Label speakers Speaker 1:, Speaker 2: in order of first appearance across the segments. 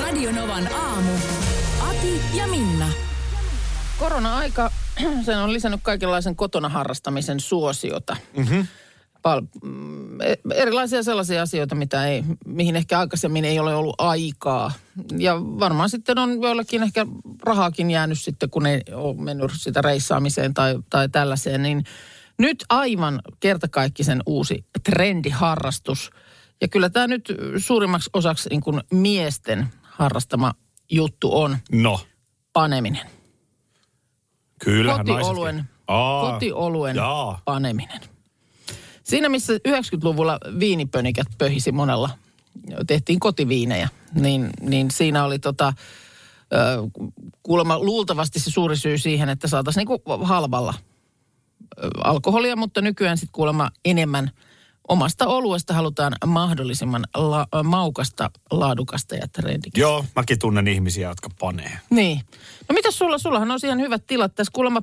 Speaker 1: Radionovan aamu. Ati ja Minna.
Speaker 2: Korona-aika, sen on lisännyt kaikenlaisen kotona harrastamisen suosiota. Mm-hmm. Pal- mm, e- erilaisia sellaisia asioita, mitä ei, mihin ehkä aikaisemmin ei ole ollut aikaa. Ja varmaan sitten on joillakin ehkä rahaakin jäänyt sitten, kun ei ole mennyt sitä reissaamiseen tai, tai tällaiseen. Niin nyt aivan kertakaikkisen uusi trendiharrastus. Ja kyllä tämä nyt suurimmaksi osaksi niin kuin miesten harrastama juttu on
Speaker 3: No,
Speaker 2: paneminen.
Speaker 3: kyllähän
Speaker 2: kotioluen,
Speaker 3: Aa,
Speaker 2: kotioluen
Speaker 3: jaa.
Speaker 2: paneminen. Siinä missä 90-luvulla viinipönikät pöhisi monella, tehtiin kotiviinejä, niin, niin siinä oli tota, ö, kuulemma luultavasti se suuri syy siihen, että saataisiin niinku halvalla ö, alkoholia, mutta nykyään sitten kuulemma enemmän omasta oluesta halutaan mahdollisimman la- maukasta, laadukasta ja trendikästä.
Speaker 3: Joo, mäkin tunnen ihmisiä, jotka panee.
Speaker 2: Niin. No mitäs sulla? Sullahan on ihan hyvät tilat. Tässä kuulemma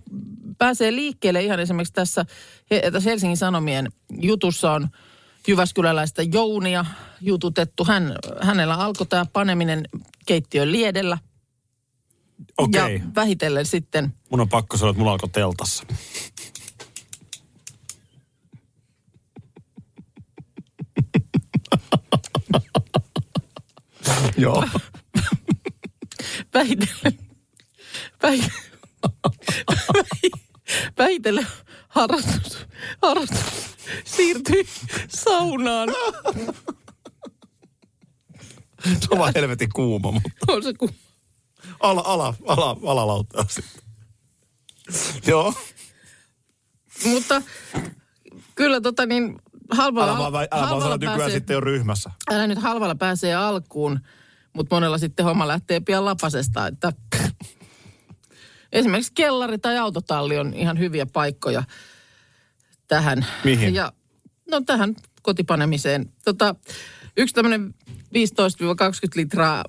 Speaker 2: pääsee liikkeelle ihan esimerkiksi tässä, he, tässä Helsingin Sanomien jutussa on Jyväskyläläistä Jounia jututettu. Hän, hänellä alkoi tämä paneminen keittiön liedellä
Speaker 3: Okei,
Speaker 2: ja vähitellen sitten
Speaker 3: mun on pakko sanoa, että mulla alkoi teltassa. Joo.
Speaker 2: vähitellen, vähitellen, vähitellen harrastus, harrastus siirtyi saunaan.
Speaker 3: Se on vaan helvetin kuuma, mutta
Speaker 2: On se kun
Speaker 3: ala, ala, ala, alalauttaa sitten. Joo.
Speaker 2: Mutta kyllä tota niin halvalla...
Speaker 3: Älä vaan, väi- älä vaan sano,
Speaker 2: halvalla
Speaker 3: nykyään
Speaker 2: pääsee,
Speaker 3: sitten on ryhmässä.
Speaker 2: Älä nyt halvalla pääsee alkuun, mutta monella sitten homma lähtee pian lapasesta, että... Esimerkiksi kellari tai autotalli on ihan hyviä paikkoja tähän.
Speaker 3: Mihin?
Speaker 2: Ja, no tähän kotipanemiseen. Tota, yksi tämmöinen 15-20 litraa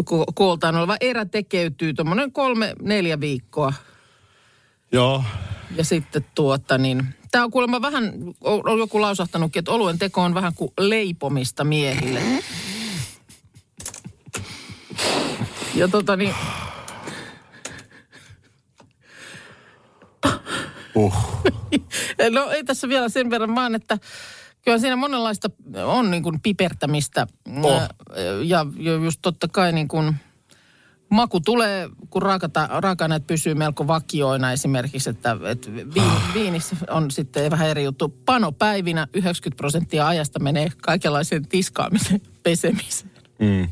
Speaker 2: ko- kooltaan oleva erä tekeytyy tuommoinen kolme, neljä viikkoa
Speaker 3: Joo.
Speaker 2: ja sitten tuota niin, tämä on kuulemma vähän, on on joku lausahtanutkin, että oluen teko on vähän kuin leipomista miehille. Ja tota niin,
Speaker 3: Uh.
Speaker 2: no ei tässä vielä sen verran vaan, että kyllä siinä monenlaista on niin kuin pipertämistä.
Speaker 3: On.
Speaker 2: Ja, ja ju- just totta kai niin kuin maku tulee, kun raakata, raaka-aineet pysyy melko vakioina esimerkiksi, että, että viin,
Speaker 3: Ah.
Speaker 2: viinissä on sitten vähän eri juttu. Panopäivinä 90 prosenttia ajasta menee kaikenlaiseen tiskaamiseen, pesemiseen.
Speaker 3: Mm.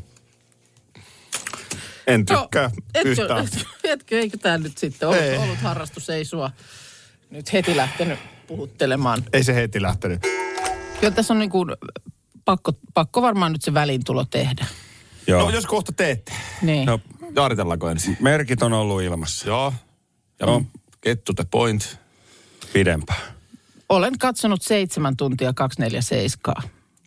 Speaker 3: En
Speaker 2: No,
Speaker 3: tykkää
Speaker 2: etkö,
Speaker 3: yhtään.
Speaker 2: etkö, etkö, eikö tämä nyt sitten ollut,
Speaker 3: Ei.
Speaker 2: ollut harrastus, ei sua nyt heti lähtenyt puhuttelemaan.
Speaker 3: Ei se heti lähtenyt.
Speaker 2: Kyllä tässä on niin kuin pakko, pakko varmaan nyt se väliintulo tehdä.
Speaker 4: Joo.
Speaker 3: No jos kohta teette.
Speaker 2: Niin.
Speaker 4: No,
Speaker 3: Jaaritellaanko ensin?
Speaker 4: merkit on ollut ilmassa No.
Speaker 3: Joo. Ja
Speaker 4: Joo.
Speaker 3: get to the point.
Speaker 4: pidempään.
Speaker 2: Olen katsonut 7 tuntia 247.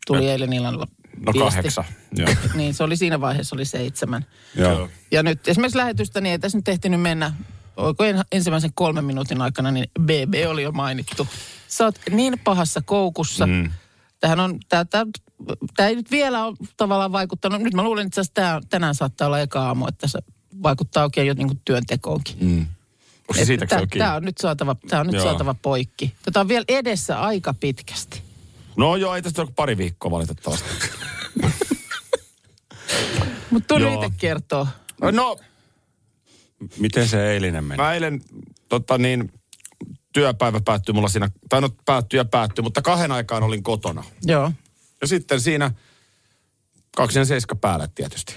Speaker 2: Tuli eilen illalla
Speaker 3: No
Speaker 2: viesti.
Speaker 3: kahdeksan.
Speaker 4: Joo.
Speaker 2: Niin, se oli siinä vaiheessa oli seitsemän.
Speaker 4: Joo.
Speaker 2: Ja nyt esimerkiksi lähetystä, niin ei tässä nyt ehtinyt mennä. Oiko en- ensimmäisen kolmen minuutin aikana, niin BB oli jo mainittu. Sä oot niin pahassa koukussa. Mm. Tähän on, tää, tää, tää ei nyt vielä ole tavallaan vaikuttanut. Nyt mä luulen, että itse asiassa tää, tänään saattaa olla eka aamu, että se vaikuttaa oikein jo niin kuin työntekoonkin.
Speaker 3: Onko se Mm, siitäkö se on kiinni?
Speaker 2: Tämä on nyt, saatava, tää on nyt
Speaker 3: Joo.
Speaker 2: saatava poikki. Tätä on vielä edessä aika pitkästi.
Speaker 3: No joo, ei tästä ole kuin pari viikkoa valitettavasti.
Speaker 2: Mutta tuli
Speaker 3: Joo.
Speaker 2: itse kertoa.
Speaker 3: No,
Speaker 4: Miten se eilinen meni?
Speaker 3: mä eilen tota niin, työpäivä päättyi mulla siinä, tai no päättyi ja päättyi, mutta kahden aikaan olin kotona.
Speaker 2: Joo.
Speaker 3: Ja sitten siinä 27 päälle tietysti.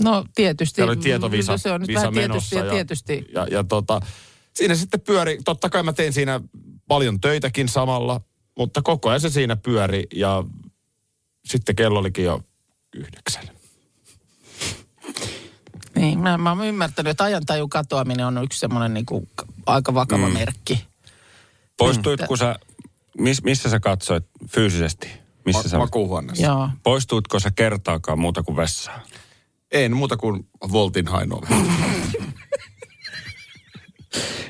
Speaker 2: No tietysti.
Speaker 3: Siellä oli tietovisa
Speaker 2: no Se on nyt
Speaker 3: visa
Speaker 2: vähän tietysti
Speaker 3: menossa
Speaker 2: ja tietysti.
Speaker 3: Ja, ja tota, siinä sitten pyöri, totta kai mä tein siinä paljon töitäkin samalla, mutta koko ajan se siinä pyöri ja sitten kello olikin jo yhdeksän.
Speaker 2: Niin, mä, mä oon ymmärtänyt, että ajantajun katoaminen on yksi semmoinen niin kuin aika vakava mm. merkki.
Speaker 4: Poistuit, kun sä, miss, missä sä katsoit fyysisesti? Missä sä,
Speaker 3: Ma- makuuhuoneessa.
Speaker 2: Joo.
Speaker 4: poistuitko sä kertaakaan muuta kuin vessaan?
Speaker 3: En muuta kuin voltin hainoa.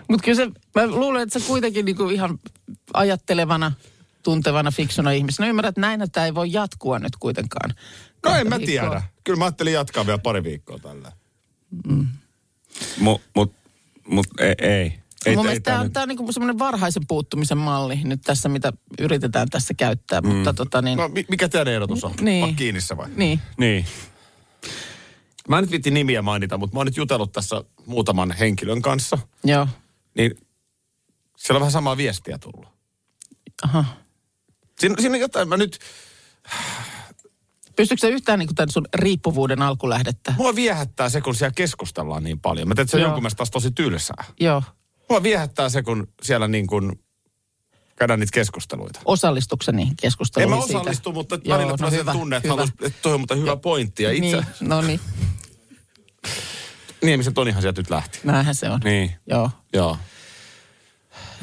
Speaker 2: Mutta kyllä se, mä luulen, että sä kuitenkin niinku ihan ajattelevana, tuntevana, fiksuna ihmisenä ymmärrät, että näin tämä ei voi jatkua nyt kuitenkaan.
Speaker 3: No en
Speaker 2: Kahta
Speaker 3: mä
Speaker 2: viikkoa.
Speaker 3: tiedä. Kyllä mä ajattelin jatkaa vielä pari viikkoa tällä.
Speaker 4: Mu, mut, mut, ei, ei. ei
Speaker 2: No, Mun
Speaker 4: ei
Speaker 2: mielestä
Speaker 4: tää
Speaker 2: tämä on,
Speaker 4: nyt-
Speaker 2: tää on niinku semmoinen varhaisen puuttumisen malli nyt tässä, mitä yritetään tässä käyttää. Mm. Mutta tota niin,
Speaker 3: No mi- mikä teidän ehdotus on?
Speaker 2: Niin.
Speaker 3: Niin. kiinnissä vai?
Speaker 2: niin.
Speaker 4: Niin.
Speaker 3: Mä en nyt vitti nimiä mainita, mutta mä oon nyt jutellut tässä muutaman henkilön kanssa.
Speaker 2: Joo.
Speaker 3: Niin siellä on vähän samaa viestiä tullut.
Speaker 2: Aha.
Speaker 3: Siinä, siinä on jotain, mä nyt,
Speaker 2: Pystytkö sä yhtään niinku tämän sun riippuvuuden alkulähdettä?
Speaker 3: mua viehättää se, kun siellä keskustellaan niin paljon. Mä teet se on
Speaker 2: Joo.
Speaker 3: jonkun mielestä taas tosi tylsää.
Speaker 2: Joo.
Speaker 3: Mua viehättää se, kun siellä niin kuin käydään niitä keskusteluita.
Speaker 2: Osallistuksen niihin
Speaker 3: En
Speaker 2: keskusteluihin
Speaker 3: mä
Speaker 2: siitä?
Speaker 3: osallistu, mutta Joo, välillä no hyvä, tunne, että,
Speaker 2: hyvä.
Speaker 3: halus, että toi on mutta hyvä pointti. Ja itse, niin.
Speaker 2: Niin, no niin,
Speaker 3: Niemisen Tonihan sieltä nyt lähti.
Speaker 2: näinhän se on.
Speaker 4: Niin.
Speaker 2: Joo.
Speaker 3: Joo.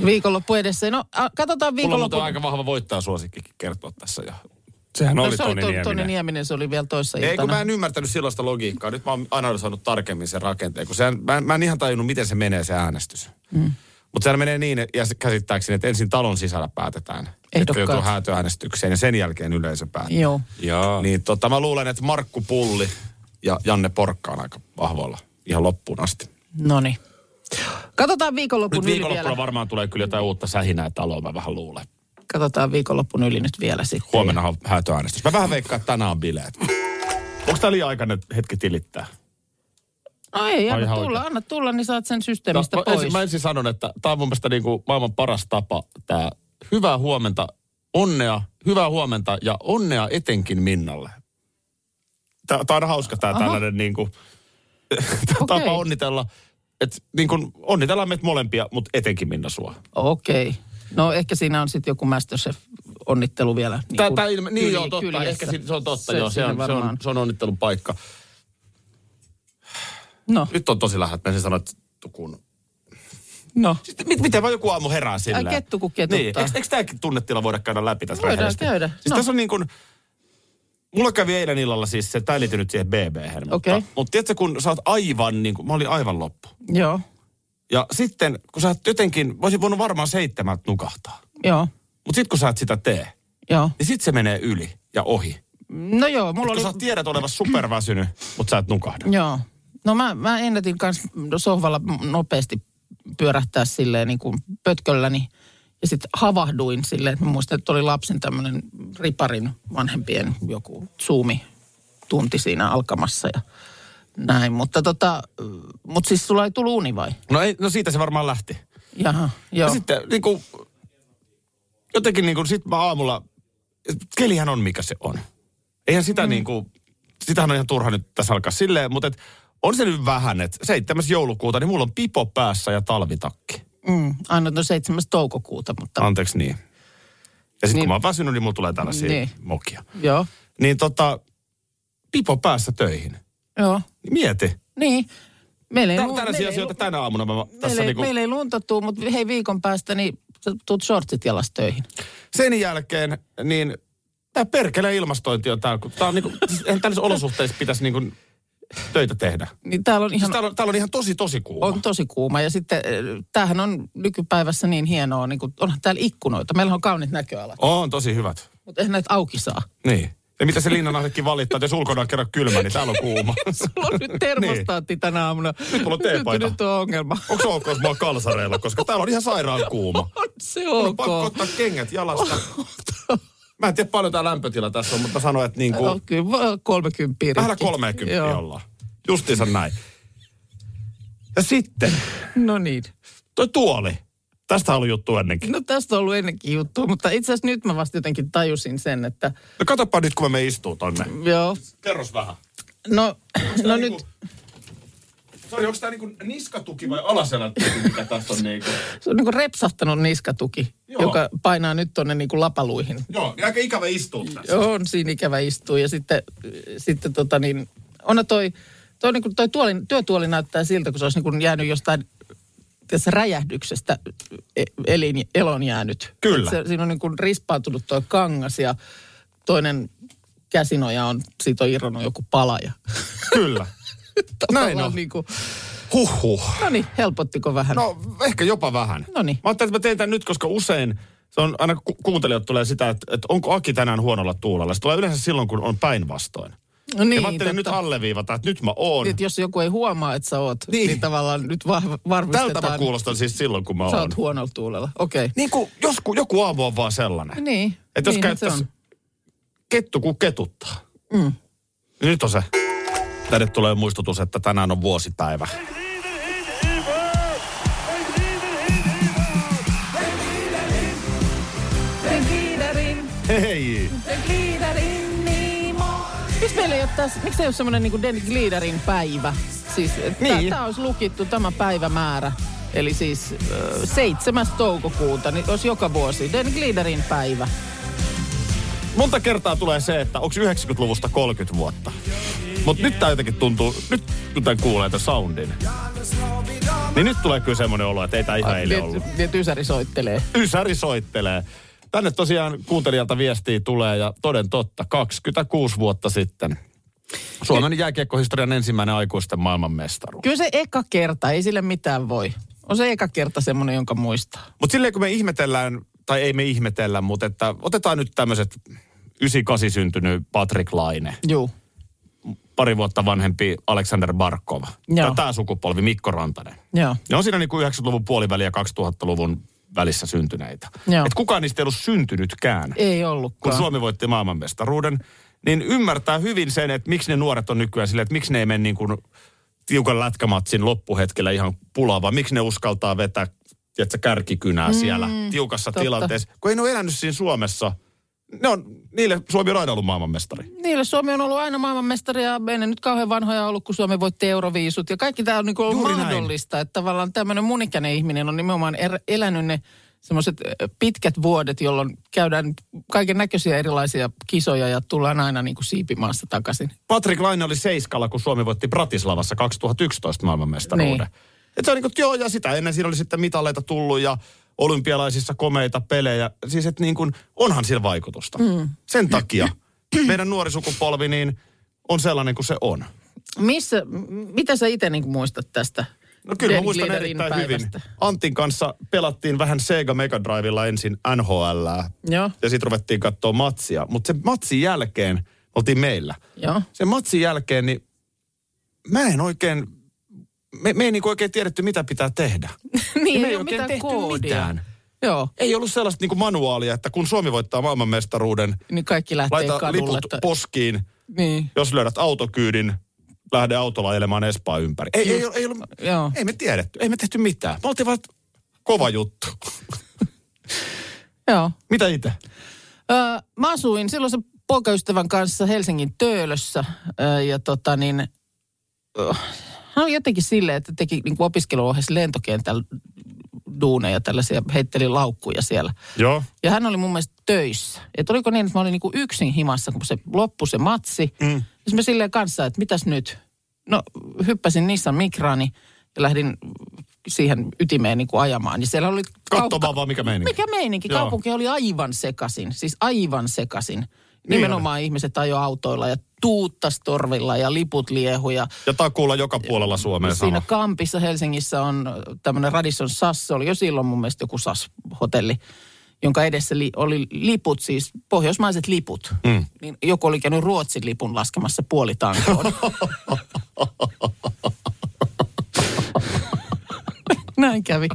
Speaker 2: Viikonloppu edessä. No, a, katsotaan
Speaker 3: Mulla on
Speaker 2: viikonloppu.
Speaker 3: muuten aika vahva voittaa suosikkikin kertoa tässä. Ja...
Speaker 4: Sehän
Speaker 2: No,
Speaker 4: oli
Speaker 2: se
Speaker 4: Toni
Speaker 2: oli Toni,
Speaker 4: Nieminen.
Speaker 2: Toni Nieminen, se oli vielä toissa
Speaker 3: Ei, kun
Speaker 2: iltana.
Speaker 3: mä en ymmärtänyt silloin sitä logiikkaa. Nyt mä oon analysoinut tarkemmin sen rakenteen, kun sehän, mä, en, mä en ihan tajunnut, miten se menee se äänestys. Mm. Mutta sehän menee niin, ja se käsittääkseni, että ensin talon sisällä päätetään.
Speaker 2: Ehdokkaat.
Speaker 3: Että joutuu häätöäänestykseen ja sen jälkeen yleisö päättää.
Speaker 2: Joo.
Speaker 4: Jaa. Niin.
Speaker 3: Niin tota, mä luulen, että Markku Pulli ja Janne Porkka on aika vahvoilla ihan loppuun asti.
Speaker 2: No niin. Katsotaan
Speaker 3: Nyt
Speaker 2: viikonlopun yli vielä.
Speaker 3: viikonloppuna varmaan tulee kyllä jotain uutta sähinää taloon, mä vähän luulen.
Speaker 2: Katsotaan viikonlopun yli nyt vielä sitten.
Speaker 3: Huomenna on häätöäänestys. Mä vähän veikkaan, että tänään on bileet. Onko tää liian aikainen hetki tilittää?
Speaker 2: No ei,
Speaker 3: Ai
Speaker 2: anna
Speaker 3: ihan
Speaker 2: tulla,
Speaker 3: oikein.
Speaker 2: anna tulla, niin saat sen systeemistä
Speaker 3: mä,
Speaker 2: pois.
Speaker 3: Ensin, mä ensin sanon, että tämä on mun mielestä niin kuin maailman paras tapa. Tää. Hyvää huomenta, onnea, hyvää huomenta ja onnea etenkin Minnalle. Tämä on hauska tämä
Speaker 2: Aha.
Speaker 3: tällainen niin kuin,
Speaker 2: Okei.
Speaker 3: tapa onnitella. Et, niin kuin, onnitellaan meitä molempia, mutta etenkin Minna sua.
Speaker 2: Okei. No ehkä siinä on sitten joku Masterchef-onnittelu vielä.
Speaker 3: Tää,
Speaker 2: kuin
Speaker 3: tää ilme, niin
Speaker 2: kyl-
Speaker 3: joo, totta.
Speaker 2: kyljessä.
Speaker 3: Ehkä si- se on totta,
Speaker 2: Se,
Speaker 3: joo. Se
Speaker 2: siinä
Speaker 3: on, se, on,
Speaker 2: varmaan.
Speaker 3: se on onnittelun paikka.
Speaker 2: No,
Speaker 3: Nyt on tosi lähellä, että mä sen sanon, että tukun.
Speaker 2: no.
Speaker 3: Sitten Mit, miten vaan joku aamu herää sillä?
Speaker 2: Ai kettu kun ketuttaa.
Speaker 3: Niin, eikö, eikö tämäkin tunnetila voida käydä läpi tässä
Speaker 2: Voidaan
Speaker 3: rehellisesti?
Speaker 2: käydä.
Speaker 3: Siis
Speaker 2: No.
Speaker 3: tässä on niin kuin, mulla kävi eilen illalla siis se, tämä ei liity nyt siihen BB-hän, mutta,
Speaker 2: Okei.
Speaker 3: mutta tiedätkö, kun sä oot aivan niin kuin, mä olin aivan loppu.
Speaker 2: Joo,
Speaker 3: Ja sitten, kun sä oot jotenkin, mä olisin voinut varmaan seitsemältä nukahtaa.
Speaker 2: joo,
Speaker 3: Mutta sitten kun sä et sitä tee,
Speaker 2: joo.
Speaker 3: niin sitten se menee yli ja ohi.
Speaker 2: No joo, mulla
Speaker 3: Mulla kun
Speaker 2: oli...
Speaker 3: sä tiedät olevasi superväsynyt, mutta sä et nukahda.
Speaker 2: Joo. No mä, mä ennätin kans sohvalla nopeasti pyörähtää silleen niin kuin pötkölläni. Ja sitten havahduin silleen, että mä muistan, että oli lapsen tämmöinen riparin vanhempien joku zoomi tunti siinä alkamassa ja näin. Mutta tota, mut siis sulla ei tullut uni vai?
Speaker 3: No, ei, no siitä se varmaan lähti.
Speaker 2: Jaha, joo.
Speaker 3: Ja sitten niin kuin, jotenkin niin kuin, sit mä aamulla, kelihän on mikä se on. Eihän sitä mm. niin kuin, sitähän on ihan turha nyt tässä alkaa silleen, mutta et, on se nyt vähän, että 7. joulukuuta, niin mulla on pipo päässä ja talvitakki.
Speaker 2: Mm, aina no 7. toukokuuta, mutta
Speaker 3: Anteeksi niin. Ja sitten niin.
Speaker 2: Niin.
Speaker 3: kun mä oon väsynyt, niin mulla tulee tällaisia
Speaker 2: Niin.
Speaker 3: niin. mokia.
Speaker 2: joo,
Speaker 3: Niin tota, pipo päässä töihin.
Speaker 2: joo.
Speaker 3: Niin mieti.
Speaker 2: Niin, meillä ei,
Speaker 3: Tä,
Speaker 2: lu- meillä
Speaker 3: tällaisia
Speaker 2: ei
Speaker 3: asioita
Speaker 2: lu-
Speaker 3: tänä aamuna mä tässä
Speaker 2: meillä, ei,
Speaker 3: niinku...
Speaker 2: meillä ei lunta tuu, mutta hei viikon päästä niin sä tuut shortsit jalas töihin.
Speaker 3: sen jälkeen, niin tämä perkele ilmastointi on täällä, kun tää on niinku, siis eihän tällaisissa olosuhteissa pitäisi niinku töitä tehdä.
Speaker 2: Niin täällä on ihan...
Speaker 3: Siis täällä, on, täällä on ihan tosi tosi kuuma.
Speaker 2: On tosi kuuma ja sitten eh, tämähän on nykypäivässä niin hienoa, niin kuin, onhan täällä ikkunoita. Meillä on kaunit näköalat,
Speaker 3: on tosi hyvät.
Speaker 2: mutta eihän näitä auki saa.
Speaker 3: Niin. Ja mitä se Linnanahdekin valittaa, että jos ulkona on kerran kylmä, niin täällä on kuuma.
Speaker 2: Sulla on nyt termostaatti niin. tänä aamuna.
Speaker 3: Nyt mulla on teepaita.
Speaker 2: Nyt, nyt on ongelma.
Speaker 3: Onko se ok, jos mä oon kalsareilla, koska täällä on ihan sairaan kuuma.
Speaker 2: On se
Speaker 3: Mun on pakko
Speaker 2: ok. No,
Speaker 3: ottaa kengät jalasta. Mä en tiedä paljon tää lämpötila tässä on, mutta mä sanoin, että niinku...
Speaker 2: No, kyllä voi olla 30 rikki.
Speaker 3: Lähellä 30
Speaker 2: Joo.
Speaker 3: ollaan. Justiinsa näin. Ja sitten,
Speaker 2: No niin.
Speaker 3: toi tuoli. Tästä on ollut juttu ennenkin.
Speaker 2: No tästä on ollut ennenkin juttu, mutta itse asiassa nyt mä vasta jotenkin tajusin sen, että
Speaker 3: No katsopa nyt, kun me istuu tonne.
Speaker 2: joo,
Speaker 3: Kerros vähän.
Speaker 2: no, no nyt,
Speaker 3: niinku- Sori, onko tää niinku niskatuki vai alaselän tuki, mikä tässä on niinku?
Speaker 2: se on niin kuin repsahtanut niskatuki,
Speaker 3: Joo.
Speaker 2: joka painaa nyt tonne niin kuin lapaluihin.
Speaker 3: Joo, niin aika ikävä istua tässä.
Speaker 2: Joo, on siinä ikävä istua. Ja sitten, sitten tota niin, on toi Toi, niin kuin, toi tuoli, työtuoli näyttää siltä, kun se olisi niin kuin jäänyt jostain tässä räjähdyksestä e- elin, elon jäänyt. Et
Speaker 3: Kyllä.
Speaker 2: Se, siinä on niin kuin rispautunut tuo kangas ja toinen käsinoja on, siitä on irronnut joku pala. Ja
Speaker 3: Kyllä. Näin on.
Speaker 2: Tavallaan Niin kuin,
Speaker 3: Huhhuh.
Speaker 2: no niin, helpottiko vähän?
Speaker 3: No ehkä jopa vähän.
Speaker 2: Noniin.
Speaker 3: Mä ajattelin, että mä teen tämän nyt, koska usein se on aina ku- kuuntelijat tulee sitä, että, että onko Aki tänään huonolla tuulella. Se tulee yleensä silloin, kun on päinvastoin.
Speaker 2: no
Speaker 3: Niin, ja
Speaker 2: niin,
Speaker 3: mä ajattelin nyt alleviivata, että nyt mä oon.
Speaker 2: Niin, että jos joku ei huomaa, että sä oot,
Speaker 3: Niin.
Speaker 2: niin, niin tavallaan nyt va- varmistetaan.
Speaker 3: Tältä mä kuulostan siis silloin, kun mä
Speaker 2: Sä
Speaker 3: oon.
Speaker 2: oot huonolla tuulella, okei. Okay.
Speaker 3: Niin kuin joskus joku aamu on vaan sellainen.
Speaker 2: Niin,
Speaker 3: Että jos
Speaker 2: niin,
Speaker 3: käyttäisi kettu kuin ketuttaa. Mm. Nyt on se. Tänne tulee muistutus, että tänään on vuosipäivä. Hei!
Speaker 2: Miksi meillä ei ole tässä, miksi ei ole semmoinen niin Den Gliederin päivä? Siis
Speaker 3: Niin.
Speaker 2: niin. tämä olisi lukittu tämä päivämäärä. Eli siis ö, 7. toukokuuta, niin olisi joka vuosi Den Gliederin päivä.
Speaker 3: Monta kertaa tulee se, että onko 90-luvusta 30 vuotta. Mutta nyt tämä jotenkin tuntuu, nyt kun tämän kuulee tämän soundin, niin nyt tulee kyllä semmoinen olo, että ei tämä ihan eilen ollut.
Speaker 2: Niin, että Ysäri soittelee.
Speaker 3: Ysäri soittelee. Tänne tosiaan kuuntelijalta viestiä tulee ja toden totta, 26 vuotta sitten. Suomen jääkiekkohistorian ensimmäinen aikuisten maailmanmestaruus.
Speaker 2: Kyllä se eka kerta, ei sille mitään voi. On se eka kerta semmoinen, jonka muistaa.
Speaker 3: Mutta silleen kun me ihmetellään, tai ei me ihmetellä, mutta että otetaan nyt tämmöiset 98 syntynyt Patrick Laine,
Speaker 2: Juu.
Speaker 3: pari vuotta vanhempi Aleksander Barkova.
Speaker 2: Joo.
Speaker 3: Tämä sukupolvi Mikko Rantanen.
Speaker 2: Joo.
Speaker 3: Ne on siinä niin kuin 90-luvun puoliväli ja 2000-luvun välissä syntyneitä.
Speaker 2: Joo.
Speaker 3: Et kukaan niistä ei ollut syntynytkään.
Speaker 2: Ei
Speaker 3: kun
Speaker 2: ollutkaan.
Speaker 3: Suomi voitti maailmanmestaruuden, niin ymmärtää hyvin sen, että miksi ne nuoret on nykyään silleen, että miksi ne ei mene niin kuin tiukan lätkämatsin loppuhetkellä ihan pulaa, vaan miksi ne uskaltaa vetää tiedätkö, kärkikynää mm, siellä tiukassa
Speaker 2: totta.
Speaker 3: tilanteessa, kun ei ne ole elänyt siinä Suomessa. Ne on, niille Suomi on aina ollut maailmanmestari.
Speaker 2: Niille Suomi on ollut aina maailmanmestari ja ei ne nyt kauhean vanhoja ollut, kun Suomi voitti euroviisut. Ja kaikki tämä on niin ollut
Speaker 3: Juuri näin.
Speaker 2: mahdollista, näin. että tavallaan tämmöinen mun ikäinen ihminen on nimenomaan er, elänyt ne semmoiset pitkät vuodet, jolloin käydään kaiken näköisiä erilaisia kisoja ja tullaan aina niin kuin siipimaassa takaisin.
Speaker 3: Patrick Laine oli seiskalla, kun Suomi voitti Bratislavassa 2011 maailmanmestaruuden. Niin.
Speaker 2: Niin.
Speaker 3: Et se on niin kuin, joo, ja sitä ennen siinä oli sitten mitaleita tullut ja olympialaisissa komeita pelejä. Siis että niin kuin, onhan sillä vaikutusta. Mm. Sen takia meidän nuori sukupolvi niin on sellainen kuin se on.
Speaker 2: Missä, m- mitä sä itse niin muistat tästä?
Speaker 3: No kyllä mä
Speaker 2: Dan
Speaker 3: muistan
Speaker 2: Gliederin
Speaker 3: erittäin
Speaker 2: päivästä?
Speaker 3: hyvin. Antin kanssa pelattiin vähän Sega Mega Drivella ensin NHL.
Speaker 2: Joo.
Speaker 3: Ja sitten ruvettiin katsoa matsia. Mutta sen matsin jälkeen oltiin meillä.
Speaker 2: Joo.
Speaker 3: sen matsin jälkeen, niin mä en oikein, me, me ei niinku oikein tiedetty, mitä pitää tehdä.
Speaker 2: niin,
Speaker 3: me
Speaker 2: ei ole mitään koodia.
Speaker 3: mitään.
Speaker 2: Joo,
Speaker 3: Ei ollut sellaista niinku manuaalia, että kun Suomi voittaa maailmanmestaruuden,
Speaker 2: niin kaikki lähtee
Speaker 3: laita
Speaker 2: kadulle.
Speaker 3: liput
Speaker 2: että-
Speaker 3: poskiin,
Speaker 2: niin.
Speaker 3: jos löydät autokyydin, lähde autolla ajelemaan Espaa ympäri. Ei, ei, ei, ei, ollut,
Speaker 2: Joo.
Speaker 3: ei me tiedetty, ei me tehty mitään. Me oltiin vaan, että kova juttu.
Speaker 2: Joo.
Speaker 3: mitä itse?
Speaker 2: Öö, mä asuin silloin sen poikaystävän kanssa Helsingin Töölössä öö, ja tota niin, öö, hän oli jotenkin silleen, että teki niin opiskeluohjeessa lentokentällä duuneja tällaisia, heitteli laukkuja siellä.
Speaker 3: Joo.
Speaker 2: Ja hän oli mun mielestä töissä. Että oliko niin, että mä olin niin yksin himassa, kun se loppui se matsi. Mm. Ja sit mä silleen kanssa, että mitäs nyt? No hyppäsin Nissan Mikraani ja lähdin siihen ytimeen niin kuin ajamaan. Ja siellä oli
Speaker 3: Katsomaan vaan, mikä meininki.
Speaker 2: Mikä meininki?
Speaker 3: Joo.
Speaker 2: Kaupunki oli aivan sekasin, siis aivan sekasin.
Speaker 3: Niin
Speaker 2: Nimenomaan ihmiset ajo autoilla ja tuuttas torvilla ja liput liehu ja
Speaker 3: Ja takuulla joka puolella Suomea
Speaker 2: Siinä
Speaker 3: sama.
Speaker 2: Kampissa Helsingissä on tämmöinen Radisson SAS, se oli jo silloin mun mielestä joku SAS-hotelli, jonka edessä li, oli liput, siis pohjoismaiset liput. Mm. Niin joku oli käynyt Ruotsin lipun laskemassa puolitankoon. Näin kävi.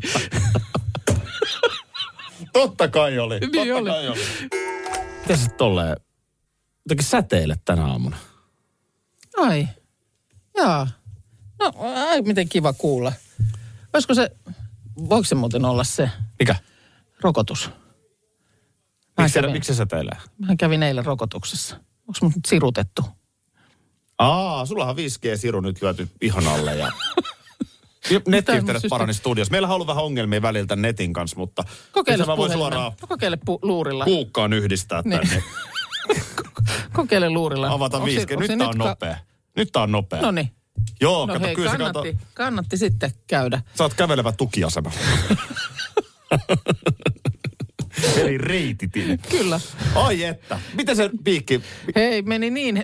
Speaker 3: Totta kai oli.
Speaker 2: Niin
Speaker 3: Totta
Speaker 2: oli.
Speaker 3: Kai oli. Miten sä tolleen jotenkin säteilet tänä aamuna?
Speaker 2: Ai, jaa. No, ai miten kiva kuulla. Olisiko se, voiko se muuten olla se
Speaker 3: Mikä?
Speaker 2: rokotus? Mä
Speaker 3: Miksi,
Speaker 2: kävin-
Speaker 3: miksi se säteilee?
Speaker 2: Mä kävin eilen rokotuksessa. Onko mut nyt sirutettu?
Speaker 3: Aa, sulla on 5G-siru nyt lyöty ihan alle ja... Ja Nettiyhteydet
Speaker 2: syystä?
Speaker 3: parani studiossa. Meillä on ollut vähän ongelmia väliltä netin kanssa, mutta
Speaker 2: Kokeile
Speaker 3: nyt mä voin suoraan
Speaker 2: No, kokeile pu- luurilla.
Speaker 3: kuukkaan yhdistää
Speaker 2: Niin.
Speaker 3: tänne.
Speaker 2: Kokeile luurilla.
Speaker 3: Avata
Speaker 2: Onks se-
Speaker 3: 5G.
Speaker 2: onks
Speaker 3: Nyt
Speaker 2: se
Speaker 3: tää on
Speaker 2: ka-
Speaker 3: nopea. Nyt tää on nopea.
Speaker 2: No niin.
Speaker 3: Joo,
Speaker 2: No
Speaker 3: kato,
Speaker 2: hei,
Speaker 3: kyllä se kato.
Speaker 2: kannatti, kannatti sitten käydä.
Speaker 3: Sä oot kävelevä tukiasema. Eli reititin.
Speaker 2: Kyllä.
Speaker 3: Ai että. Miten se piikki,
Speaker 2: Hei, meni niin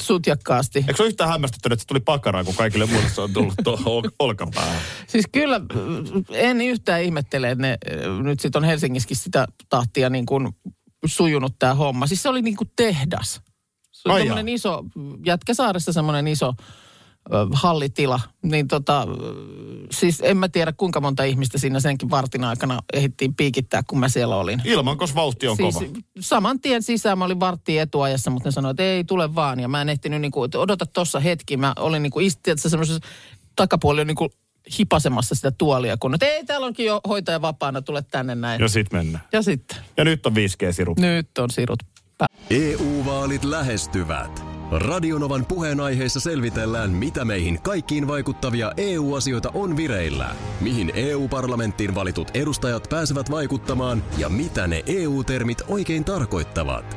Speaker 2: sutjakkaasti.
Speaker 3: eikö se ole yhtään hämmästyttänyt, että se tuli pakaraan, kun kaikille muille se on tullut tuohon ol- olkapäähän?
Speaker 2: Siis kyllä en yhtään ihmettele, että ne, äh, nyt sitten on Helsingissäkin sitä tahtia niin kuin sujunut tämä homma. Siis se oli niin kuin tehdas. Se
Speaker 3: Ai
Speaker 2: oli semmoinen iso, Jätkäsaaressa semmoinen iso ö, hallitila. Niin tota, ö, siis en mä tiedä kuinka monta ihmistä siinä senkin vartin aikana ehittiin piikittää, kun mä siellä olin.
Speaker 3: Ilmankos vauhti on
Speaker 2: siis
Speaker 3: kova.
Speaker 2: saman tien sisään mä olin varttiin etuajassa, mutta ne sanoi, että ei tule vaan. Ja mä en ehtinyt, niin kuin, että odota tossa hetki. Mä olin niin kuin isti, että semmoisessa takapuoli on niin kuin hipasemassa sitä tuolia, kun että ei, täällä onkin jo hoitaja vapaana, tule tänne näin.
Speaker 3: Ja sit mennään.
Speaker 2: Ja sitten,
Speaker 3: Ja nyt on 5G-siru.
Speaker 2: nyt on sirut. pä-
Speaker 5: EU-vaalit E lähestyvät. Radionovan puheenaiheessa selvitellään, mitä meihin kaikkiin vaikuttavia EU-asioita on vireillä, mihin EU-parlamenttiin valitut edustajat pääsevät vaikuttamaan ja mitä ne EU-termit oikein tarkoittavat.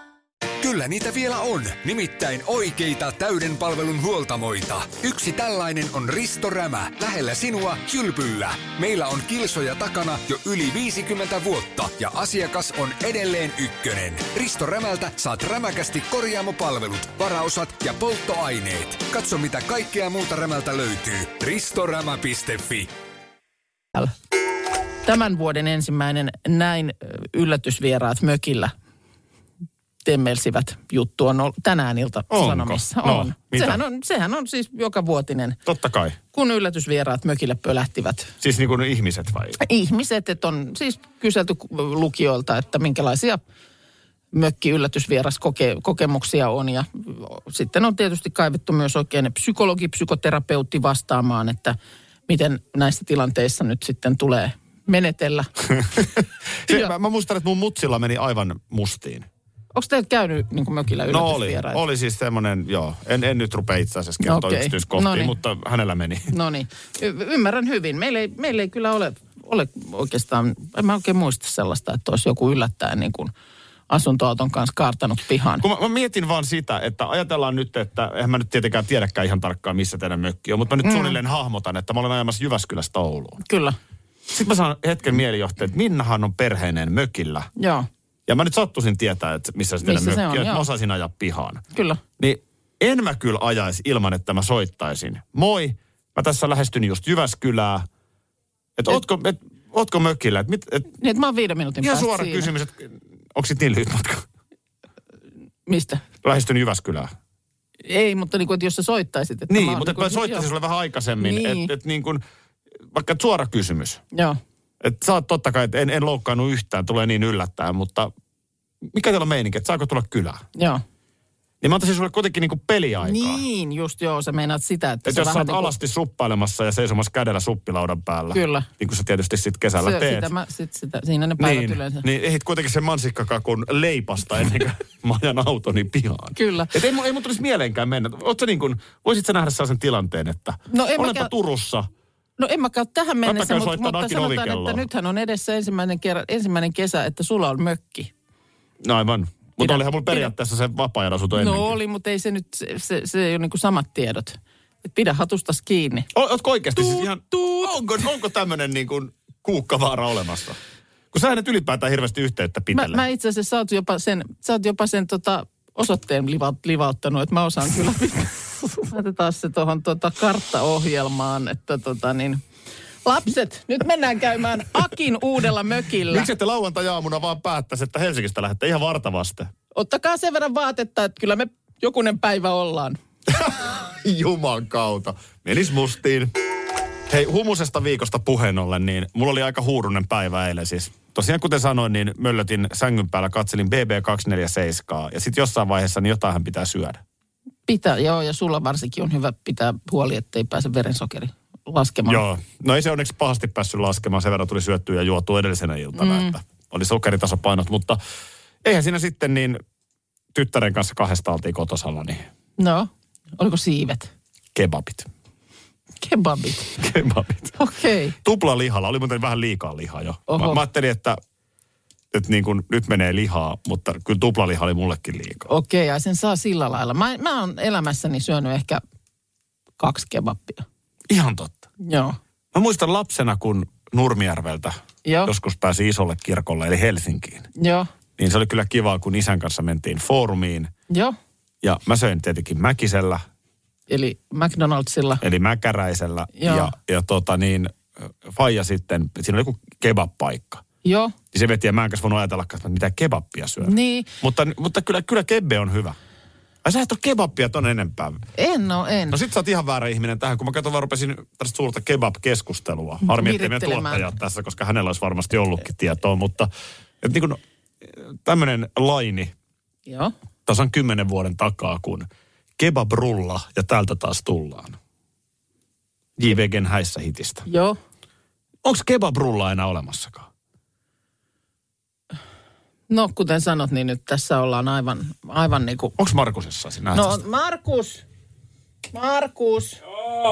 Speaker 6: Kyllä niitä vielä on, nimittäin oikeita täyden palvelun huoltamoita. Yksi tällainen on Risto Rämä, lähellä sinua, kylpyllä. Meillä on kilsoja takana jo yli 50 vuotta ja asiakas on edelleen ykkönen. Risto Rämältä saat rämäkästi korjaamopalvelut, varaosat ja polttoaineet. Katso mitä kaikkea muuta Rämältä löytyy. ristorämä.fi
Speaker 2: täällä. Tämän vuoden ensimmäinen näin ö, yllätysvieraat mökillä temmelsivät juttu on ollut tänään ilta
Speaker 3: Onko?
Speaker 2: sanomissa.
Speaker 3: No,
Speaker 2: on.
Speaker 3: mitä?
Speaker 2: Sehän on. Sehän on siis joka vuotinen,
Speaker 3: Totta kai.
Speaker 2: kun yllätysvieraat mökille pölähtivät
Speaker 3: Siis niin kuin ihmiset vai?
Speaker 2: ihmiset, että on siis kyselty lukijoilta, että minkälaisia mökkiyllätysvieraskokemuksia on. Ja sitten on tietysti kaivettu myös oikein psykologi, psykoterapeutti vastaamaan, että miten näissä tilanteissa nyt sitten tulee menetellä.
Speaker 3: Se,
Speaker 2: Joo.
Speaker 3: mä, mä muistan, että mun mutsilla meni aivan mustiin.
Speaker 2: Onko teillä käynyt niin mökillä
Speaker 3: No oli,
Speaker 2: yllätysvieraita?
Speaker 3: oli siis semmoinen, joo. En, en nyt rupea itse asiassa kertoa okay.
Speaker 2: Okei. No niin.
Speaker 3: yksityiskohtia,
Speaker 2: Noniin.
Speaker 3: mutta hänellä meni.
Speaker 2: No niin, y- ymmärrän hyvin. Meillä ei, meillä ei kyllä ole, ole oikeastaan, en mä oikein muista sellaista, että olisi joku yllättäen niin kuin asuntoauton kanssa kaartanut pihan.
Speaker 3: Kun mä, mä mietin vaan sitä, että ajatellaan nyt, että en mä nyt tietenkään tiedäkään ihan tarkkaan, missä teidän mökki on, mutta
Speaker 2: Mm.
Speaker 3: mä nyt suunnilleen hahmotan, että mä olen ajamassa Jyväskylästä Ouluun.
Speaker 2: Kyllä,
Speaker 3: Sitten mä saan hetken mielijohteen, että Minnahan on perheineen mökillä.
Speaker 2: joo,
Speaker 3: Ja mä nyt sattuisin tietää, että missä se teidän
Speaker 2: Missä se
Speaker 3: mökki
Speaker 2: on,
Speaker 3: on, että mä
Speaker 2: joo.
Speaker 3: osaisin ajaa pihaan.
Speaker 2: kyllä.
Speaker 3: Niin en mä kyllä ajaisi ilman, että mä soittaisin. Moi, mä tässä lähestyn just Jyväskylää. Että ootko, et, ootko mökillä? Et, mit, et,
Speaker 2: Niin, että mä oon viiden minuutin
Speaker 3: ihan
Speaker 2: päästä
Speaker 3: suora
Speaker 2: siinä.
Speaker 3: kysymys, että onko sit niin lyhyt matka?
Speaker 2: Mistä?
Speaker 3: Lähestyn Jyväskylää.
Speaker 2: Ei, mutta niin kuin, että jos sä soittaisit. Että
Speaker 3: Niin,
Speaker 2: mä No oon
Speaker 3: mutta
Speaker 2: niin kuin-
Speaker 3: mä soittaisin
Speaker 2: joo.
Speaker 3: sulle vähän aikaisemmin, niin.
Speaker 2: Niin.
Speaker 3: että et niin kuin, vaikka et suora kysymys.
Speaker 2: Joo.
Speaker 3: Että sä oot totta kai, että en, en loukkaannut yhtään, tulee niin yllättäen, mutta mikä teillä on meininki, että saako tulla kylään?
Speaker 2: Joo.
Speaker 3: Niin mä antaisin sulle kuitenkin niin kuin peliaikaa.
Speaker 2: Niin, just joo, sä meinaat sitä, että
Speaker 3: Et
Speaker 2: sä
Speaker 3: jos sä
Speaker 2: vähän
Speaker 3: oot
Speaker 2: niin kuin-
Speaker 3: alasti suppailemassa ja seisomassa kädellä suppilaudan päällä,
Speaker 2: Kyllä.
Speaker 3: niin kuin sä tietysti sit kesällä
Speaker 2: se,
Speaker 3: teet,
Speaker 2: sitä, mä, sit, sitä, siinä ne päivät
Speaker 3: niin,
Speaker 2: yleensä.
Speaker 3: niin ehdit kuitenkin sen mansikkakakun leipasta ennen kuin mä ajan autoni pihaan.
Speaker 2: Kyllä.
Speaker 3: Et ei, mun- ei mun tulisi mieleenkään mennä. Ootko niin kuin, voisit sä nähdä sellaisen tilanteen, että
Speaker 2: No en
Speaker 3: olenpa
Speaker 2: mäkään-
Speaker 3: Turussa,
Speaker 2: No en mä käy tähän mennessä,
Speaker 3: käy
Speaker 2: mutta,
Speaker 3: soittaa
Speaker 2: mutta
Speaker 3: Nakin
Speaker 2: sanotaan,
Speaker 3: ovikelloa.
Speaker 2: että nythän on edessä ensimmäinen, kerran, ensimmäinen kesä, että sulla on mökki.
Speaker 3: No aivan. Mutta
Speaker 2: Pidä-
Speaker 3: olihan mulla periaatteessa se vapaa-ajan asunto ennenkin.
Speaker 2: No oli, mutta ei se nyt, se, se, se ei ole niin samat tiedot. Et pidä hatustas kiinni.
Speaker 3: O- Ootko oikeasti siis ihan... Onko, onko tämmönen niin kuin kuukkavaara olemassa? Kun sä et ylipäätään hirveästi yhteyttä
Speaker 2: Mä,
Speaker 3: pitellä.
Speaker 2: mä itse asiassa, sä oot jopa sen, sä oot jopa sen tota, osoitteen liva, livauttanut, että mä osaan kyllä. Laitetaan se tuohon tota, karttaohjelmaan, että tota niin. Lapset, nyt mennään käymään Akin uudella mökillä.
Speaker 3: Miksi ette lauantai-aamuna vaan päättäisi, että Helsingistä lähdette ihan vartavasten?
Speaker 2: Ottakaa sen verran vaatetta, että kyllä me jokunen päivä ollaan.
Speaker 3: Juman kautta. Menis mustiin. Hei, humusesta viikosta puheen ollen, niin mulla oli aika huurunen päivä eilen siis. Tosiaan kuten sanoin, niin möllötin sängyn päällä, katselin BB247 ja sitten jossain vaiheessa niin jotainhan pitää syödä.
Speaker 2: Pitää, joo, ja sulla varsinkin on hyvä pitää huoli, ettei pääse verensokeri laskemaan.
Speaker 3: Joo. No ei se onneksi pahasti päässyt laskemaan. Sen verran tuli syöttyä ja juotua edellisenä iltana, mm. että oli sokeritasapainot. Mutta eihän siinä sitten niin tyttären kanssa kahdesta oltiin kotosalla, niin
Speaker 2: No, oliko siivet?
Speaker 3: kebabit.
Speaker 2: Kebabit.
Speaker 3: Kebabit.
Speaker 2: Okei. Okay.
Speaker 3: Tupla lihalla. Oli muuten vähän liikaa lihaa jo. Mä,
Speaker 2: Oho.
Speaker 3: mä ajattelin, että, että niin kuin nyt menee lihaa, mutta kyllä tuplaliha oli mullekin liikaa.
Speaker 2: Okei, ja sen saa sillä lailla. Mä, mä oon elämässäni syönyt ehkä kaksi kebabia.
Speaker 3: Ihan totta.
Speaker 2: Joo.
Speaker 3: Mä muistan lapsena, kun Nurmijärveltä
Speaker 2: Joo.
Speaker 3: joskus pääsi isolle kirkolle, eli Helsinkiin.
Speaker 2: Joo.
Speaker 3: Niin se oli kyllä kivaa, kun isän kanssa mentiin foorumiin.
Speaker 2: Joo.
Speaker 3: Ja mä söin tietenkin Mäkisellä,
Speaker 2: Eli McDonaldsilla.
Speaker 3: eli Mäkäräisellä.
Speaker 2: Joo.
Speaker 3: Ja, ja tota niin, faija sitten, siinä oli joku kebab-paikka.
Speaker 2: Joo.
Speaker 3: Niin se veti, ja mä en kanssa voinut ajatella, että mitä kebappia syö.
Speaker 2: Niin.
Speaker 3: Mutta, mutta kyllä, kyllä kebbe on hyvä. Ai sä et ole kebappia ton enempää.
Speaker 2: En oo, en.
Speaker 3: No sit sä oot ihan väärä ihminen tähän, kun mä katson vaan rupesin tästä suurta kebab-keskustelua. Harmi, ettei meidän
Speaker 2: Virittelemään.
Speaker 3: tuottajaa tässä, koska hänellä olisi varmasti ollutkin tietoa, mutta et niin kun, tämmönen laini
Speaker 2: Joo.
Speaker 3: tasan kymmenen vuoden takaa, kun kebabrulla ja täältä taas tullaan. JVGn häissä hitistä.
Speaker 2: Joo.
Speaker 3: Onko kebabrulla enää olemassakaan?
Speaker 2: No, kuten sanot, niin nyt tässä ollaan aivan, aivan niin kuin...
Speaker 3: Onko Markusessa sinä?
Speaker 2: No, Markus! Markus!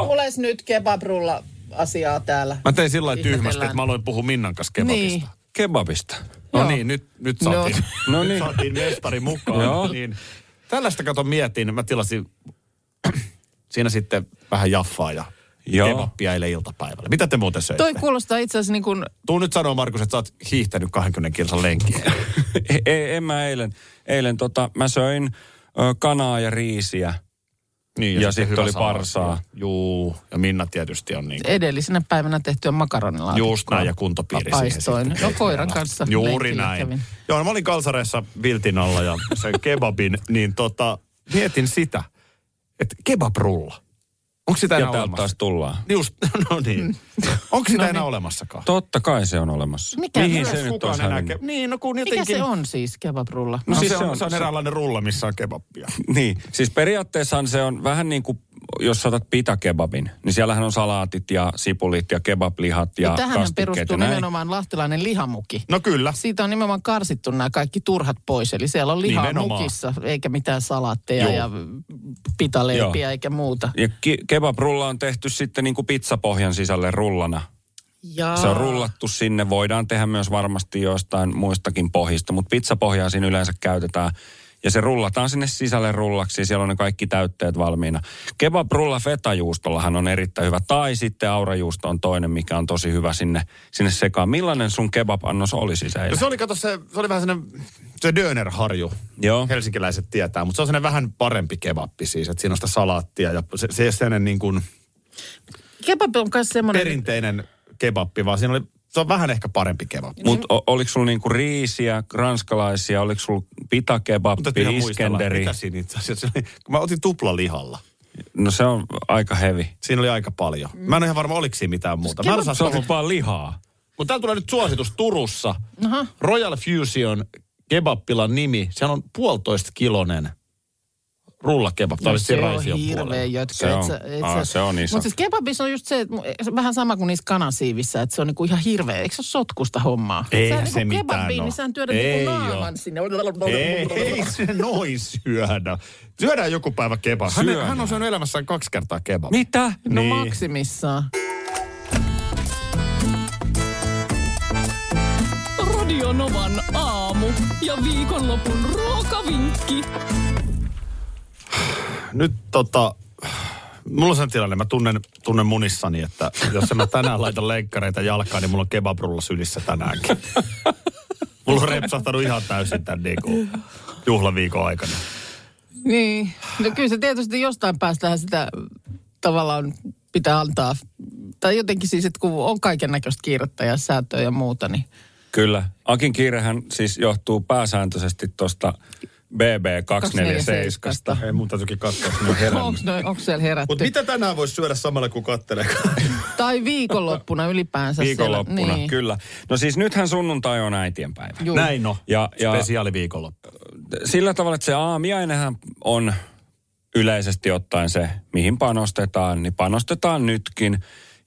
Speaker 2: Kuules nyt kebabrulla asiaa täällä.
Speaker 3: Mä tein sillä lailla tyhmästi,
Speaker 2: Ihmetellään.
Speaker 3: että mä aloin puhua Minnan kanssa kebabista.
Speaker 2: Niin.
Speaker 4: Kebabista.
Speaker 3: No
Speaker 2: Joo.
Speaker 3: niin, nyt, nyt saatiin,
Speaker 4: No.
Speaker 3: no.
Speaker 4: No
Speaker 3: nyt
Speaker 4: niin.
Speaker 3: saatiin mestari mukaan.
Speaker 4: Joo.
Speaker 3: Niin, tällaista kato mietin, mä tilasin siinä sitten vähän jaffaa ja
Speaker 4: Joo.
Speaker 3: kebappia eilen iltapäivällä. Mitä te muuten söitte?
Speaker 2: Toi kuulostaa itse asiassa niin kuin...
Speaker 3: Tuu nyt sanoa Markus, että sä oot hiihtänyt 20 kilsan lenkiä.
Speaker 4: Ei, E-, en mä eilen. Eilen tota, mä söin ö, kanaa ja riisiä.
Speaker 3: niin,
Speaker 4: Ja sitten
Speaker 3: hyvä
Speaker 4: oli
Speaker 3: salaatia.
Speaker 4: parsaa.
Speaker 3: Juu, ja Minna tietysti on niin.
Speaker 2: edellisenä päivänä tehtyä makaronilaatikkoa.
Speaker 3: Just näin siis ja kuntopiiri siihen
Speaker 2: Paistoin.
Speaker 3: sitten.
Speaker 2: No koiran kanssa.
Speaker 3: Juuri
Speaker 2: lenkillä
Speaker 3: näin.
Speaker 2: kävin.
Speaker 3: Joo, no, mä olin kalsareissa viltin alla ja sen kebabin, niin tota, mietin sitä, että kebabrulla. Onko sitä
Speaker 4: Ja
Speaker 3: enää
Speaker 4: täältä taas
Speaker 3: olemassa?
Speaker 4: tullaan.
Speaker 3: Just, no niin. Onko sitä
Speaker 2: No niin.
Speaker 3: enää olemassakaan?
Speaker 4: Totta kai se on olemassa.
Speaker 2: Mikä-
Speaker 4: Mihin
Speaker 2: Mikä
Speaker 4: se nyt
Speaker 3: Kukaan
Speaker 4: olisi
Speaker 3: enää
Speaker 4: hävinnyt?
Speaker 3: ke- Niin, no kun
Speaker 2: Mikä
Speaker 3: jotenkin...
Speaker 2: se on siis kebabrulla?
Speaker 3: No, siis
Speaker 4: No siis
Speaker 3: se,
Speaker 4: se
Speaker 3: on,
Speaker 4: on-
Speaker 3: se on
Speaker 4: se-
Speaker 3: eräänlainen rulla, missä on kebabbia.
Speaker 4: Niin, siis periaatteessahan se on vähän niin kuin, jos saatat pitakebabin, niin siellähän on salaatit ja sipulit ja kebablihat ja
Speaker 2: Ja tähän
Speaker 4: kastikkeet
Speaker 2: Niin perustuu
Speaker 4: ja näin.
Speaker 2: nimenomaan lahtelainen lihamuki.
Speaker 3: No kyllä.
Speaker 2: Siitä on nimenomaan karsittu nämä kaikki turhat pois. Eli siellä on lihaa
Speaker 3: Nimenomaan.
Speaker 2: mukissa, eikä mitään salaatteja
Speaker 3: Joo.
Speaker 2: ja pitaleipiä
Speaker 4: Joo.
Speaker 2: eikä muuta.
Speaker 4: Ja ki- kebabrulla on tehty sitten niin kuin pizzapohjan sisälle rullana.
Speaker 2: Ja...
Speaker 4: Se on rullattu sinne. Voidaan tehdä myös varmasti joistain muistakin pohjista, mutta pizzapohjaa siinä yleensä käytetään. Ja se rullataan sinne sisälle rullaksi ja siellä on ne kaikki täytteet valmiina. Kebabrulla fetajuustollahan on erittäin hyvä. Tai sitten aurajuusto on toinen, mikä on tosi hyvä sinne, sinne sekaan. Millainen sun kebabannos olisi se
Speaker 3: No
Speaker 4: eilen?
Speaker 3: se oli, kato, se, se oli vähän sellainen, se dönerharju.
Speaker 4: Joo.
Speaker 3: Helsinkiläiset tietää, mutta se on sellainen vähän parempi kebappi siis, että siinä on sitä salaattia ja se, se ei ole sellainen niin kuin
Speaker 2: Kebab on myös semmoinen...
Speaker 3: perinteinen kebappi, vaan siinä oli, se on vähän ehkä parempi
Speaker 2: No.
Speaker 3: kebappi.
Speaker 4: Mutta oliko sulla niinku riisiä, ranskalaisia, oliko sulla pitakebab,
Speaker 3: Mutta pitää muistella,
Speaker 4: iskenderi?
Speaker 3: mitä siinä itse asiassa oli. Kun mä otin tuplalihalla.
Speaker 4: No se on aika hevi.
Speaker 3: Siinä oli aika paljon. Mä en ole ihan varma, oliko siinä mitään muuta. Mä en osaa
Speaker 4: Se on
Speaker 3: sanoa,
Speaker 4: vaan lihaa.
Speaker 3: mutta täällä tulee nyt suositus Turussa.
Speaker 2: Aha.
Speaker 3: Royal Fusion kebappilan nimi. Se on puolitoista kilonen rullakebab. Tämä
Speaker 2: No
Speaker 3: oli
Speaker 2: se
Speaker 3: siinä
Speaker 2: on
Speaker 3: raision
Speaker 2: hirveä
Speaker 3: puolella.
Speaker 2: jötkä.
Speaker 4: Se
Speaker 2: Et
Speaker 4: on.
Speaker 2: sä- et
Speaker 4: Aa,
Speaker 2: sä-
Speaker 4: se on iso.
Speaker 2: Mut siis kebabissa on just se, että mu- se on vähän sama kuin niissä kanasiivissä, että se on niinku ihan hirveä. Eikö se ole sotkusta hommaa?
Speaker 3: Eihän
Speaker 2: Sä
Speaker 3: se mitään
Speaker 2: kebabiin,
Speaker 3: oo.
Speaker 2: niin sähän työdät
Speaker 3: Ei
Speaker 2: niinku
Speaker 3: oo.
Speaker 2: naaman sinne.
Speaker 3: Ei, ei se noin syödä. Syödään joku päivä kebab. Hän,
Speaker 4: Syödään.
Speaker 3: hän on syönyt elämässään kaksi kertaa kebab.
Speaker 4: Mitä?
Speaker 2: No
Speaker 3: Niin.
Speaker 2: maksimissaan.
Speaker 1: Radio Novan aamu ja viikonlopun ruokavinkki.
Speaker 3: nyt tota, mulla on sen tilanne, mä tunnen, tunnen munissani, että jos en mä tänään laita leikkareita jalkaan, niin mulla on kebabrulla sylissä tänäänkin. Mulla on repsahtanut ihan täysin tämän niinku juhlaviikon aikana.
Speaker 2: Niin. No kyllä se tietysti jostain päästähän sitä tavallaan pitää antaa. Tai jotenkin siis, että kun on kaiken näköistä kiirettä ja säätöä ja muuta, niin
Speaker 4: Kyllä. Akin kiirehän siis johtuu pääsääntöisesti tuosta BB247.
Speaker 3: Ei mun täytyykin katsoa, kun on
Speaker 2: Onko,
Speaker 3: herännyt.
Speaker 2: noi, onko siellä herätty?
Speaker 3: Mutta mitä tänään voisi syödä samalla, kun kattelee?
Speaker 2: Tai viikonloppuna ylipäänsä.
Speaker 4: Viikonloppuna,
Speaker 2: siellä. Niin.
Speaker 4: kyllä. No siis nythän sunnuntai on äitienpäivä.
Speaker 2: Juu.
Speaker 3: Näin no.
Speaker 4: Ja- ja-
Speaker 3: Spesiaaliviikonloppu.
Speaker 4: Sillä tavalla, että se aamiainenhän on yleisesti ottaen se, mihin panostetaan, niin panostetaan nytkin.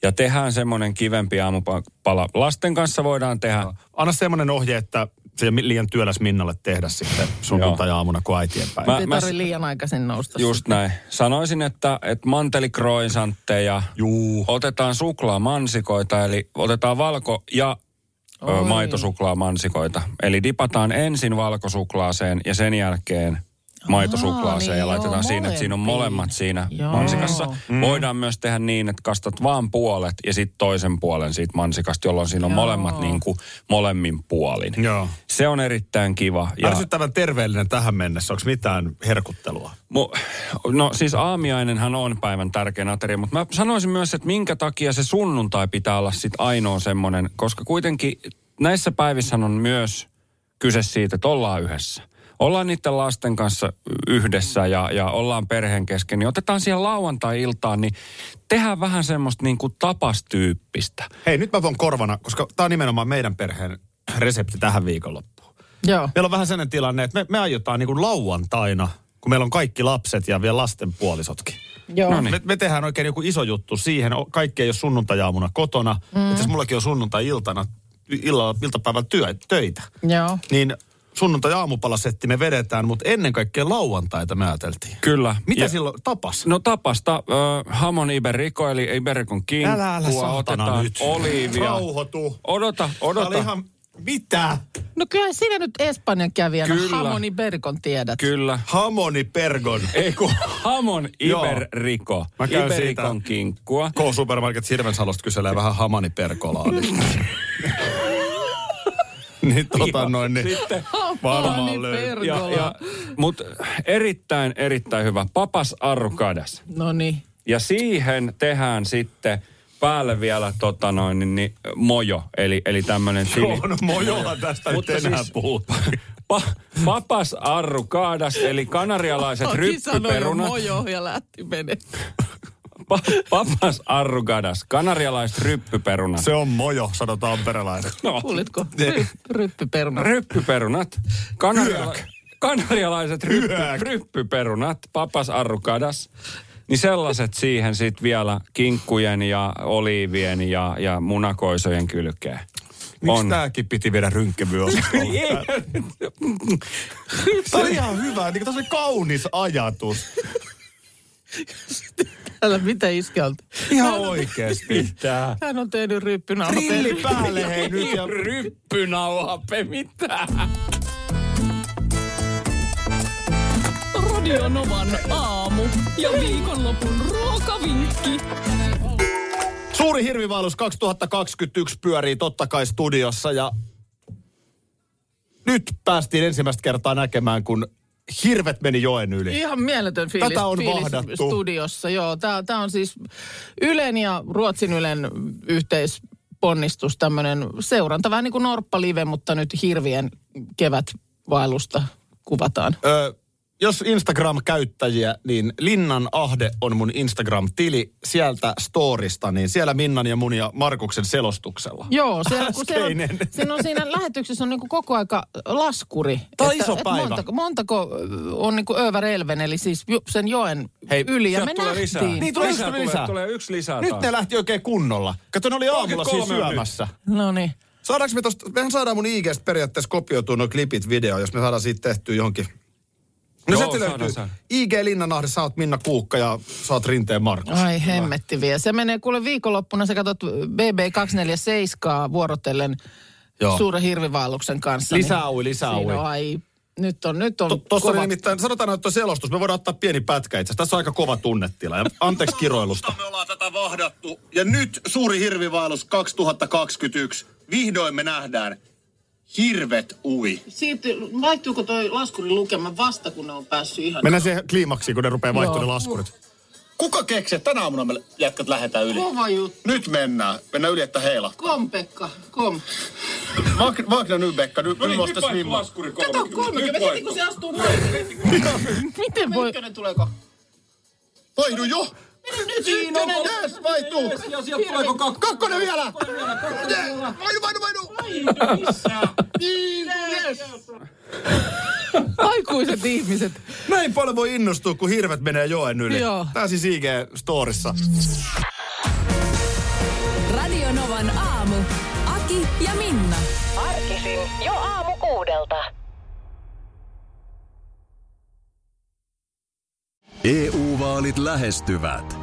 Speaker 4: Ja tehdään semmoinen kivempi aamupala. Lasten kanssa voidaan tehdä.
Speaker 3: Anna semmoinen ohje, että se ei ole liian työläs Minnalle tehdä sitten sunnuntai-aamuna kuin äitienpäivä.
Speaker 4: Mä-
Speaker 2: Ei tarvitse liian aikaisin nousta.
Speaker 4: Just näin. Sanoisin, että, että mantelikroisantteja,
Speaker 3: Juu.
Speaker 4: otetaan suklaamansikoita, eli otetaan valko- ja ö,
Speaker 2: Oi.
Speaker 4: maitosuklaamansikoita. Eli dipataan ensin valkosuklaaseen ja sen jälkeen maitosuklaaseen
Speaker 2: niin
Speaker 4: ja laitetaan
Speaker 2: joo,
Speaker 4: siinä, että siinä on
Speaker 2: molempiin.
Speaker 4: molemmat siinä
Speaker 2: Joo. Mm.
Speaker 4: mansikassa. Voidaan myös tehdä niin, että kastat vaan puolet ja sitten toisen puolen siitä mansikasta, jolloin siinä on molemmat niin kuin molemmin puolin.
Speaker 3: Joo.
Speaker 4: Se on erittäin kiva.
Speaker 3: Ja. Ärsyttävän terveellinen tähän mennessä. Onko mitään herkuttelua?
Speaker 4: Mu, no siis aamiainenhan on päivän tärkein ateria, mutta mä sanoisin myös, että minkä takia se sunnuntai pitää olla sit ainoa semmoinen, koska kuitenkin näissä päivissä on myös kyse siitä, että ollaan yhdessä. Ollaan niiden lasten kanssa yhdessä ja, ja ollaan perheen kesken, niin otetaan siihen lauantai-iltaan, niin tehdään vähän semmoista niin kuin tapastyyppistä.
Speaker 3: Hei, nyt mä voin korvana, koska tämä on nimenomaan meidän perheen resepti tähän viikonloppuun.
Speaker 2: Joo.
Speaker 3: Meillä on vähän sellainen tilanne, että me, me aiotaan niin kuin lauantaina, kun meillä on kaikki lapset ja vielä lasten puolisotkin.
Speaker 2: Joo.
Speaker 4: No niin.
Speaker 3: Me, me tehdään oikein joku iso juttu siihen. O- Kaikki ei ole sunnuntajaamuna kotona. Mm. Itse asiassa mullakin on sunnuntai-iltana, illalla, iltapäivällä työ, töitä.
Speaker 2: Joo.
Speaker 3: Niin sunnuntai-aamupalasetti me vedetään, mutta ennen kaikkea lauantaita me ajateltiin.
Speaker 4: Kyllä.
Speaker 3: Mitä
Speaker 4: Ja-
Speaker 3: silloin tapas?
Speaker 4: No tapasta äh, hamon iberico, eli iberikon kinkkua.
Speaker 3: Älä, älä saatana
Speaker 4: Niin, otetaan
Speaker 3: nyt.
Speaker 4: oliivia.
Speaker 3: Rauhoitu.
Speaker 4: Odota,
Speaker 3: Tää oli
Speaker 4: odota.
Speaker 3: ihan... Mitä?
Speaker 2: No kyllä sinä nyt Espanjan kävijänä
Speaker 4: Kyllä.
Speaker 2: Hamoni Berkon tiedät.
Speaker 4: Kyllä.
Speaker 3: Hamoni Pergon.
Speaker 4: Ei kun hamon
Speaker 3: Joo.
Speaker 4: iberriko.
Speaker 3: Mä käyn
Speaker 4: Iberikon
Speaker 3: siitä.
Speaker 4: kinkkua.
Speaker 3: K-Supermarket Sirvensalosta kyselee vähän Hamani Perkolaa. Niin, niin tota noin, niin
Speaker 4: Sitten,
Speaker 3: varmaan
Speaker 2: Hamoni
Speaker 3: löytyy.
Speaker 2: Pergola.
Speaker 4: ja, ja, mut erittäin, erittäin hyvä. Papas arkadas.
Speaker 2: No niin.
Speaker 4: Ja siihen tehdään sitten päälle vielä tota noin, niin, niin, mojo, eli, eli tämmöinen chili.
Speaker 3: On mojolla tästä no, nyt
Speaker 4: Mutta
Speaker 3: enää
Speaker 4: siis-
Speaker 3: puhuta.
Speaker 4: Pa, papas arrucaadas, eli kanarialaiset
Speaker 2: Aki
Speaker 3: siis
Speaker 2: sanoi jo
Speaker 4: ryppyperunat.
Speaker 2: mojo oh, ja lähti menemään.
Speaker 4: Pa, papas arrucaadas, kanarialaiset ryppyperunat.
Speaker 3: Se on mojo, sanotaan tamperelaiset.
Speaker 4: No,
Speaker 2: Kuulitko? Ry, ryppyperuna.
Speaker 4: Ryppyperunat. Kanariala- kanarialaiset ryppy,
Speaker 3: Yök.
Speaker 4: ryppyperunat, papas arrukadas. Niin sellaiset siihen sitten vielä kinkkujen ja oliivien ja, ja munakoisojen kylkeen.
Speaker 3: Miksi tääkin piti viedä rynkkävyosastolle? Tämä oli ihan hyvä. Niin, tässä oli kaunis ajatus.
Speaker 2: Älä mitä iskeltä.
Speaker 3: Ihan oikeesti.
Speaker 4: Tää.
Speaker 2: Hän on tehnyt ryppynä.
Speaker 3: Rilli päälle hei nyt. Ja...
Speaker 4: Ryppynauhape, mitä?
Speaker 1: Radionovan aamu ja viikonlopun ruokavinkki.
Speaker 3: Suuri hirvivaellus 2021 pyörii totta kai studiossa ja nyt päästiin ensimmäistä kertaa näkemään, kun hirvet meni joen yli.
Speaker 2: Ihan mieletön fiilis,
Speaker 3: Tätä on
Speaker 2: fiilis
Speaker 3: vahdattu.
Speaker 2: studiossa. Joo, tää, tää on siis Ylen ja Ruotsin Ylen yhteisponnistus, tämmöinen seuranta. Vähän niin kuin Norppa Live, mutta nyt hirvien kevätvaellusta kuvataan.
Speaker 3: Ö, jos Instagram-käyttäjiä, niin Linnan Ahde on mun Instagram-tili sieltä storista, niin siellä Minnan ja mun ja Markuksen selostuksella.
Speaker 2: Joo, siellä, kun siellä on,
Speaker 3: Äskeinen.
Speaker 2: siinä, on, siinä lähetyksessä on niin koko aika laskuri.
Speaker 3: Tää on iso päivä.
Speaker 2: montako, montako on niin kuin Över Elven, eli siis ju- sen joen
Speaker 4: Hei,
Speaker 2: yli. Ja
Speaker 4: sieltä
Speaker 2: me
Speaker 4: tulee
Speaker 2: nähtiin.
Speaker 4: lisää.
Speaker 3: Niin tulee
Speaker 4: Lisää
Speaker 3: yksi
Speaker 4: tulee-
Speaker 3: lisää.
Speaker 4: tulee yksi lisää
Speaker 3: Nyt
Speaker 4: taas.
Speaker 3: ne lähti oikein kunnolla. Kato, ne oli aamulla siis
Speaker 4: 33 on nyt.
Speaker 3: syömässä.
Speaker 2: No niin.
Speaker 3: Saadaanko me tosta, mehän saadaan mun IGstä periaatteessa kopioitua nuo klipit video, jos me saadaan siitä tehtyä johonkin. No
Speaker 4: Joo,
Speaker 3: sieltä
Speaker 4: saadaan,
Speaker 3: löytyy.
Speaker 4: saadaan.
Speaker 3: IG Linnanahde, sä oot Minna Kuukka ja sä oot Rinteen Markus.
Speaker 2: Ai hemmetti vielä. Se menee kuule viikonloppuna, sä katsot BB247 vuorotellen
Speaker 3: Joo.
Speaker 2: suuren hirvivaalluksen kanssa. niin
Speaker 3: Lisää ui, lisää
Speaker 2: Siinä
Speaker 3: ui.
Speaker 2: on, ai, nyt on, nyt on
Speaker 3: To- Tuossa oli
Speaker 2: kovat-
Speaker 3: nimittäin, sanotaan, että on selostus. Me voidaan ottaa pieni pätkä itse asiassa. Tässä on aika kova tunnetila. Ja anteeksi kiroilusta.
Speaker 7: Me ollaan tätä vahdattu. Ja nyt suuri hirvivaellus 2021. Vihdoin me nähdään hirvet ui.
Speaker 2: Siirty, vaihtuuko toi laskurin lukema vasta, kun ne on päässyt ihan...
Speaker 3: Mennään siihen kliimaksiin, kun ne rupeaa vaihtumaan ne laskurit. Kuka keksi, että tänä aamuna me jätkät lähetään yli?
Speaker 2: Kova juttu.
Speaker 3: Nyt mennään. Mennään yli, että heila.
Speaker 2: Kom, Pekka, kom.
Speaker 3: Wagner- Wagner Nybekka, nyt
Speaker 8: No. niin,
Speaker 3: nostas
Speaker 8: nyt
Speaker 3: vimmaa.
Speaker 8: laskuri
Speaker 2: Kato
Speaker 8: 30.
Speaker 2: 30,
Speaker 8: Nyt
Speaker 2: heti kun
Speaker 8: vaihtuu.
Speaker 2: se astuu voimaan.
Speaker 1: Miten voi...
Speaker 2: Ykkönen tuleeko?
Speaker 3: Vaihdu jo!
Speaker 2: Mene nyt ykkönen.
Speaker 3: Yes, vaihtuu!
Speaker 8: Ja sieltä tuleeko kakkonen?
Speaker 3: Kakkonen vielä!
Speaker 8: Kakkonen vielä.
Speaker 3: Vaihdu, vaihdu, vaihdu! Niin, yes!
Speaker 2: Aikuiset ihmiset.
Speaker 9: Näin paljon voi innostua, kun hirvet menee joen yli.
Speaker 2: Joo.
Speaker 9: Tää siis IG-storissa.
Speaker 1: Radio Novan aamu. Aki ja Minna.
Speaker 10: Arkisin jo aamu kuudelta.
Speaker 5: EU-vaalit E lähestyvät.